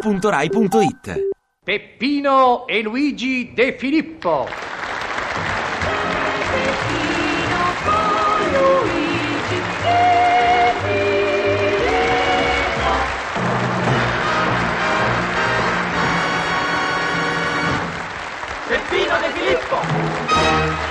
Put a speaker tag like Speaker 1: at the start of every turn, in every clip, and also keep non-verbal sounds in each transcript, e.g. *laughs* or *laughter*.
Speaker 1: radio2pod.rai.it
Speaker 2: Peppino e Luigi De Filippo.
Speaker 3: Peppino De Filippo!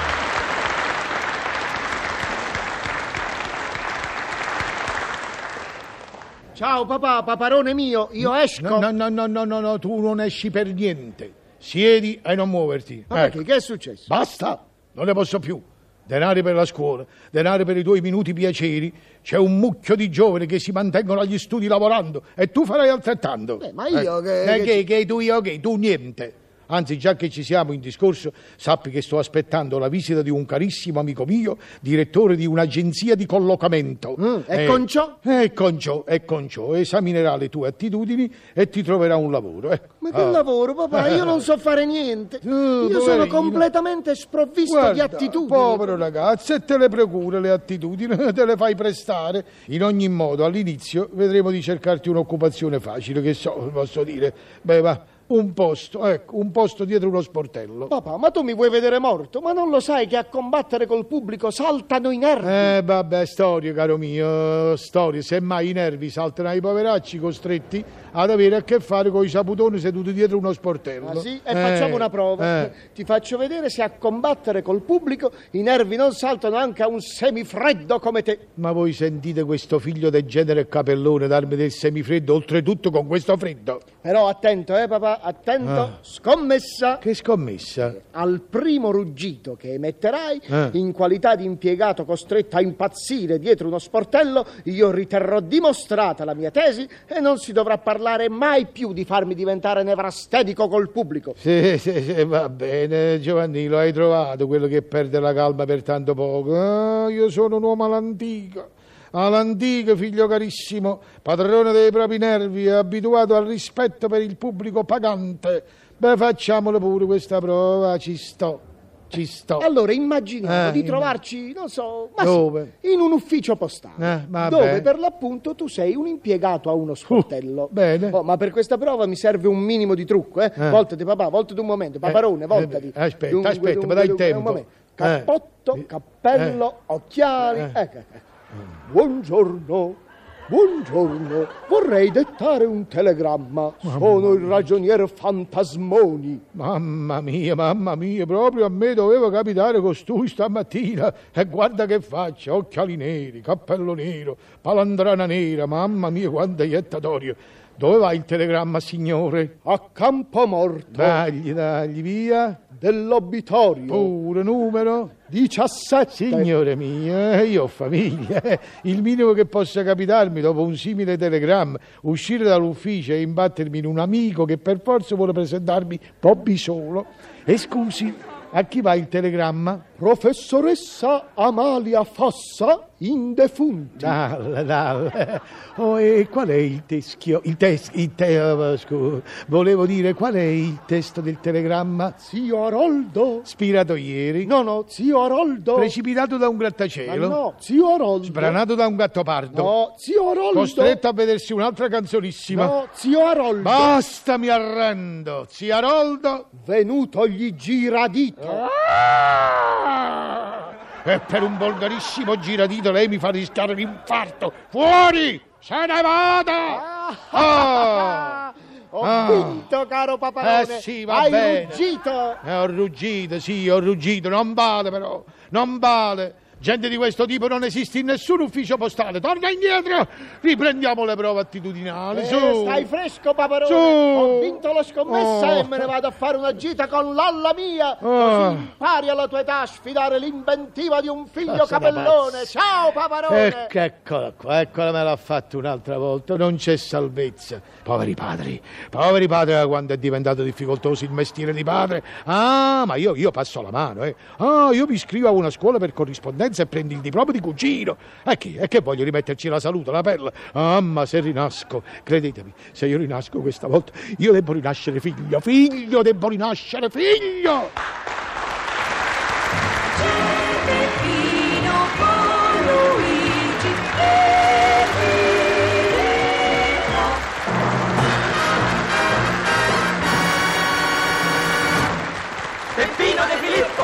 Speaker 4: Ciao papà, paparone mio, io esco.
Speaker 5: No, no, no, no, no, no, no, tu non esci per niente. Siedi e non muoverti.
Speaker 4: Ma perché?
Speaker 5: Ecco.
Speaker 4: Che è successo?
Speaker 5: Basta, non ne posso più. Denari per la scuola, denari per i tuoi minuti piaceri. C'è un mucchio di giovani che si mantengono agli studi lavorando e tu farai altrettanto.
Speaker 4: Beh, ma io che-
Speaker 5: Eh,
Speaker 4: che-
Speaker 5: che, che tu io che tu niente. Anzi, già che ci siamo in discorso, sappi che sto aspettando la visita di un carissimo amico mio, direttore di un'agenzia di collocamento. Eh,
Speaker 4: Mm, e con ciò?
Speaker 5: E con ciò, e con ciò. Esaminerà le tue attitudini e ti troverà un lavoro. ecco.
Speaker 4: Ma che
Speaker 5: Ah.
Speaker 4: lavoro, papà? Io non so fare niente.
Speaker 5: Mm,
Speaker 4: Io sono
Speaker 5: poverino.
Speaker 4: completamente sprovvisto di
Speaker 5: Guarda,
Speaker 4: attitudini.
Speaker 5: Povero ragazzo, e te le procura le attitudini, *laughs* te le fai prestare. In ogni modo, all'inizio vedremo di cercarti un'occupazione facile, che so, posso dire. Beh, va, un posto, ecco, un posto dietro uno sportello.
Speaker 4: Papà, ma tu mi vuoi vedere morto? Ma non lo sai che a combattere col pubblico saltano i nervi?
Speaker 5: Eh, vabbè, storie, caro mio, storie. Semmai i nervi saltano ai poveracci costretti ad avere a che fare con i saputoni seduti dietro uno sportello.
Speaker 4: Ah, sì? E facciamo
Speaker 5: Eh,
Speaker 4: una prova.
Speaker 5: eh.
Speaker 4: Ti faccio vedere se a combattere col pubblico i nervi non saltano anche a un semifreddo come te.
Speaker 5: Ma voi sentite questo figlio del genere capellone darmi del semifreddo, oltretutto con questo freddo?
Speaker 4: Però attento, eh papà, attento. Scommessa.
Speaker 5: Che scommessa?
Speaker 4: Al primo ruggito che emetterai,
Speaker 5: Eh.
Speaker 4: in qualità di impiegato costretto a impazzire dietro uno sportello, io riterrò dimostrata la mia tesi e non si dovrà parlare mai più di farmi diventare nevrastenico col pubblico.
Speaker 5: Sì, sì, sì, va bene, Giovanni, lo hai trovato quello che perde la calma per tanto poco. Ah, io sono un uomo all'antica, all'antica, figlio carissimo, padrone dei propri nervi, e abituato al rispetto per il pubblico pagante. Beh, facciamolo pure questa prova, ci sto, ci sto.
Speaker 4: Allora immaginiamo
Speaker 5: Oh. Eh,
Speaker 4: di
Speaker 5: immag-
Speaker 4: trovarci, non so, ma
Speaker 5: Dove?
Speaker 4: sì, in un ufficio postale,
Speaker 5: Eh, vabbè.
Speaker 4: dove per l'appunto tu sei un impiegato a uno sportello.
Speaker 5: bene.
Speaker 4: Oh, ma per questa prova mi serve un minimo di trucco, eh?
Speaker 5: Eh.
Speaker 4: Voltati papà, voltati un momento, paparone,
Speaker 5: eh,
Speaker 4: voltati.
Speaker 5: eh, aspetta, aspetta, ma dai
Speaker 4: un
Speaker 5: tempo.
Speaker 4: momento.
Speaker 5: Eh.
Speaker 4: Cappotto, cappello, occhiali.
Speaker 5: Eh.
Speaker 4: Ecco, ecco. Buongiorno. Buongiorno, vorrei dettare un telegramma. Sono il ragioniere Fantasmoni.
Speaker 5: Mamma mia, mamma mia, proprio a me doveva capitare costui stamattina. E guarda che faccia, occhiali neri, cappello nero, palandrana nera, mamma mia, quanto è iettatorio. Dove va il telegramma, signore?
Speaker 4: A Campomorto.
Speaker 5: Dagli, dagli, via.
Speaker 4: dell'obitorio
Speaker 5: Pure numero.
Speaker 4: 17
Speaker 5: Signore mio, eh, io ho famiglia. eh. Il minimo che possa capitarmi dopo un simile telegramma, uscire dall'ufficio e imbattermi in un amico che per forza vuole presentarmi Bobby solo. E scusi, a chi va il telegramma?
Speaker 4: professoressa Amalia Fossa indefunti
Speaker 5: Dal, dal. Oh, e qual è il teschio? Il tes- il te- eh, scu- volevo dire, qual è il testo del telegramma?
Speaker 4: zio Aroldo
Speaker 5: Spirato ieri,
Speaker 4: no no zio Aroldo
Speaker 5: precipitato da un
Speaker 4: Ma
Speaker 5: grattacielo,
Speaker 4: no zio Aroldo
Speaker 5: branato da un gattopardo.
Speaker 4: no zio Aroldo
Speaker 5: Costretto a vedersi un'altra canzonissima.
Speaker 4: no zio Aroldo
Speaker 5: Basta, mi arrendo. Zia Roldo.
Speaker 4: venuto gli giradito Ah!
Speaker 5: E per un volgarissimo giradito lei mi fa rischiare l'infarto. Fuori! Se ne vada! Ah!
Speaker 4: *laughs* ho
Speaker 5: Ah.
Speaker 4: vinto caro paparone
Speaker 5: Eh sì, va
Speaker 4: hai
Speaker 5: bene.
Speaker 4: ruggito
Speaker 5: Eh, ho ruggito, sì, ho ruggito. Non vale, però. Non vale. Gente di questo tipo non esiste in nessun ufficio postale. Torna indietro. Riprendiamo le prove attitudinali.
Speaker 4: Eh,
Speaker 5: su.
Speaker 4: stai fresco paparone
Speaker 5: Su.
Speaker 4: ho vinto la scommessa
Speaker 5: Oh.
Speaker 4: e me ne vado a fare una gita con l'alla mia
Speaker 5: Oh.
Speaker 4: così impari alla tua età a sfidare l'inventiva di un figlio
Speaker 5: Passa da
Speaker 4: capellone
Speaker 5: pazzi.
Speaker 4: ciao paparone
Speaker 5: Ecco, eccola qua, eccola me l'ha fatto un'altra volta, non c'è salvezza. Poveri padri, poveri padri da quando è diventato difficoltoso il mestiere di padre. Ah, ma io, io passo la mano, eh. Ah, io mi iscrivo a una scuola per corrispondenza e prendo il diploma di cugino. E che, e che voglio rimetterci la salute, la pelle? Ah, ma se rinasco, credetemi, se io rinasco questa volta, io devo rinascere figlio, figlio, devo rinascere figlio!
Speaker 1: Peppino De Filippo!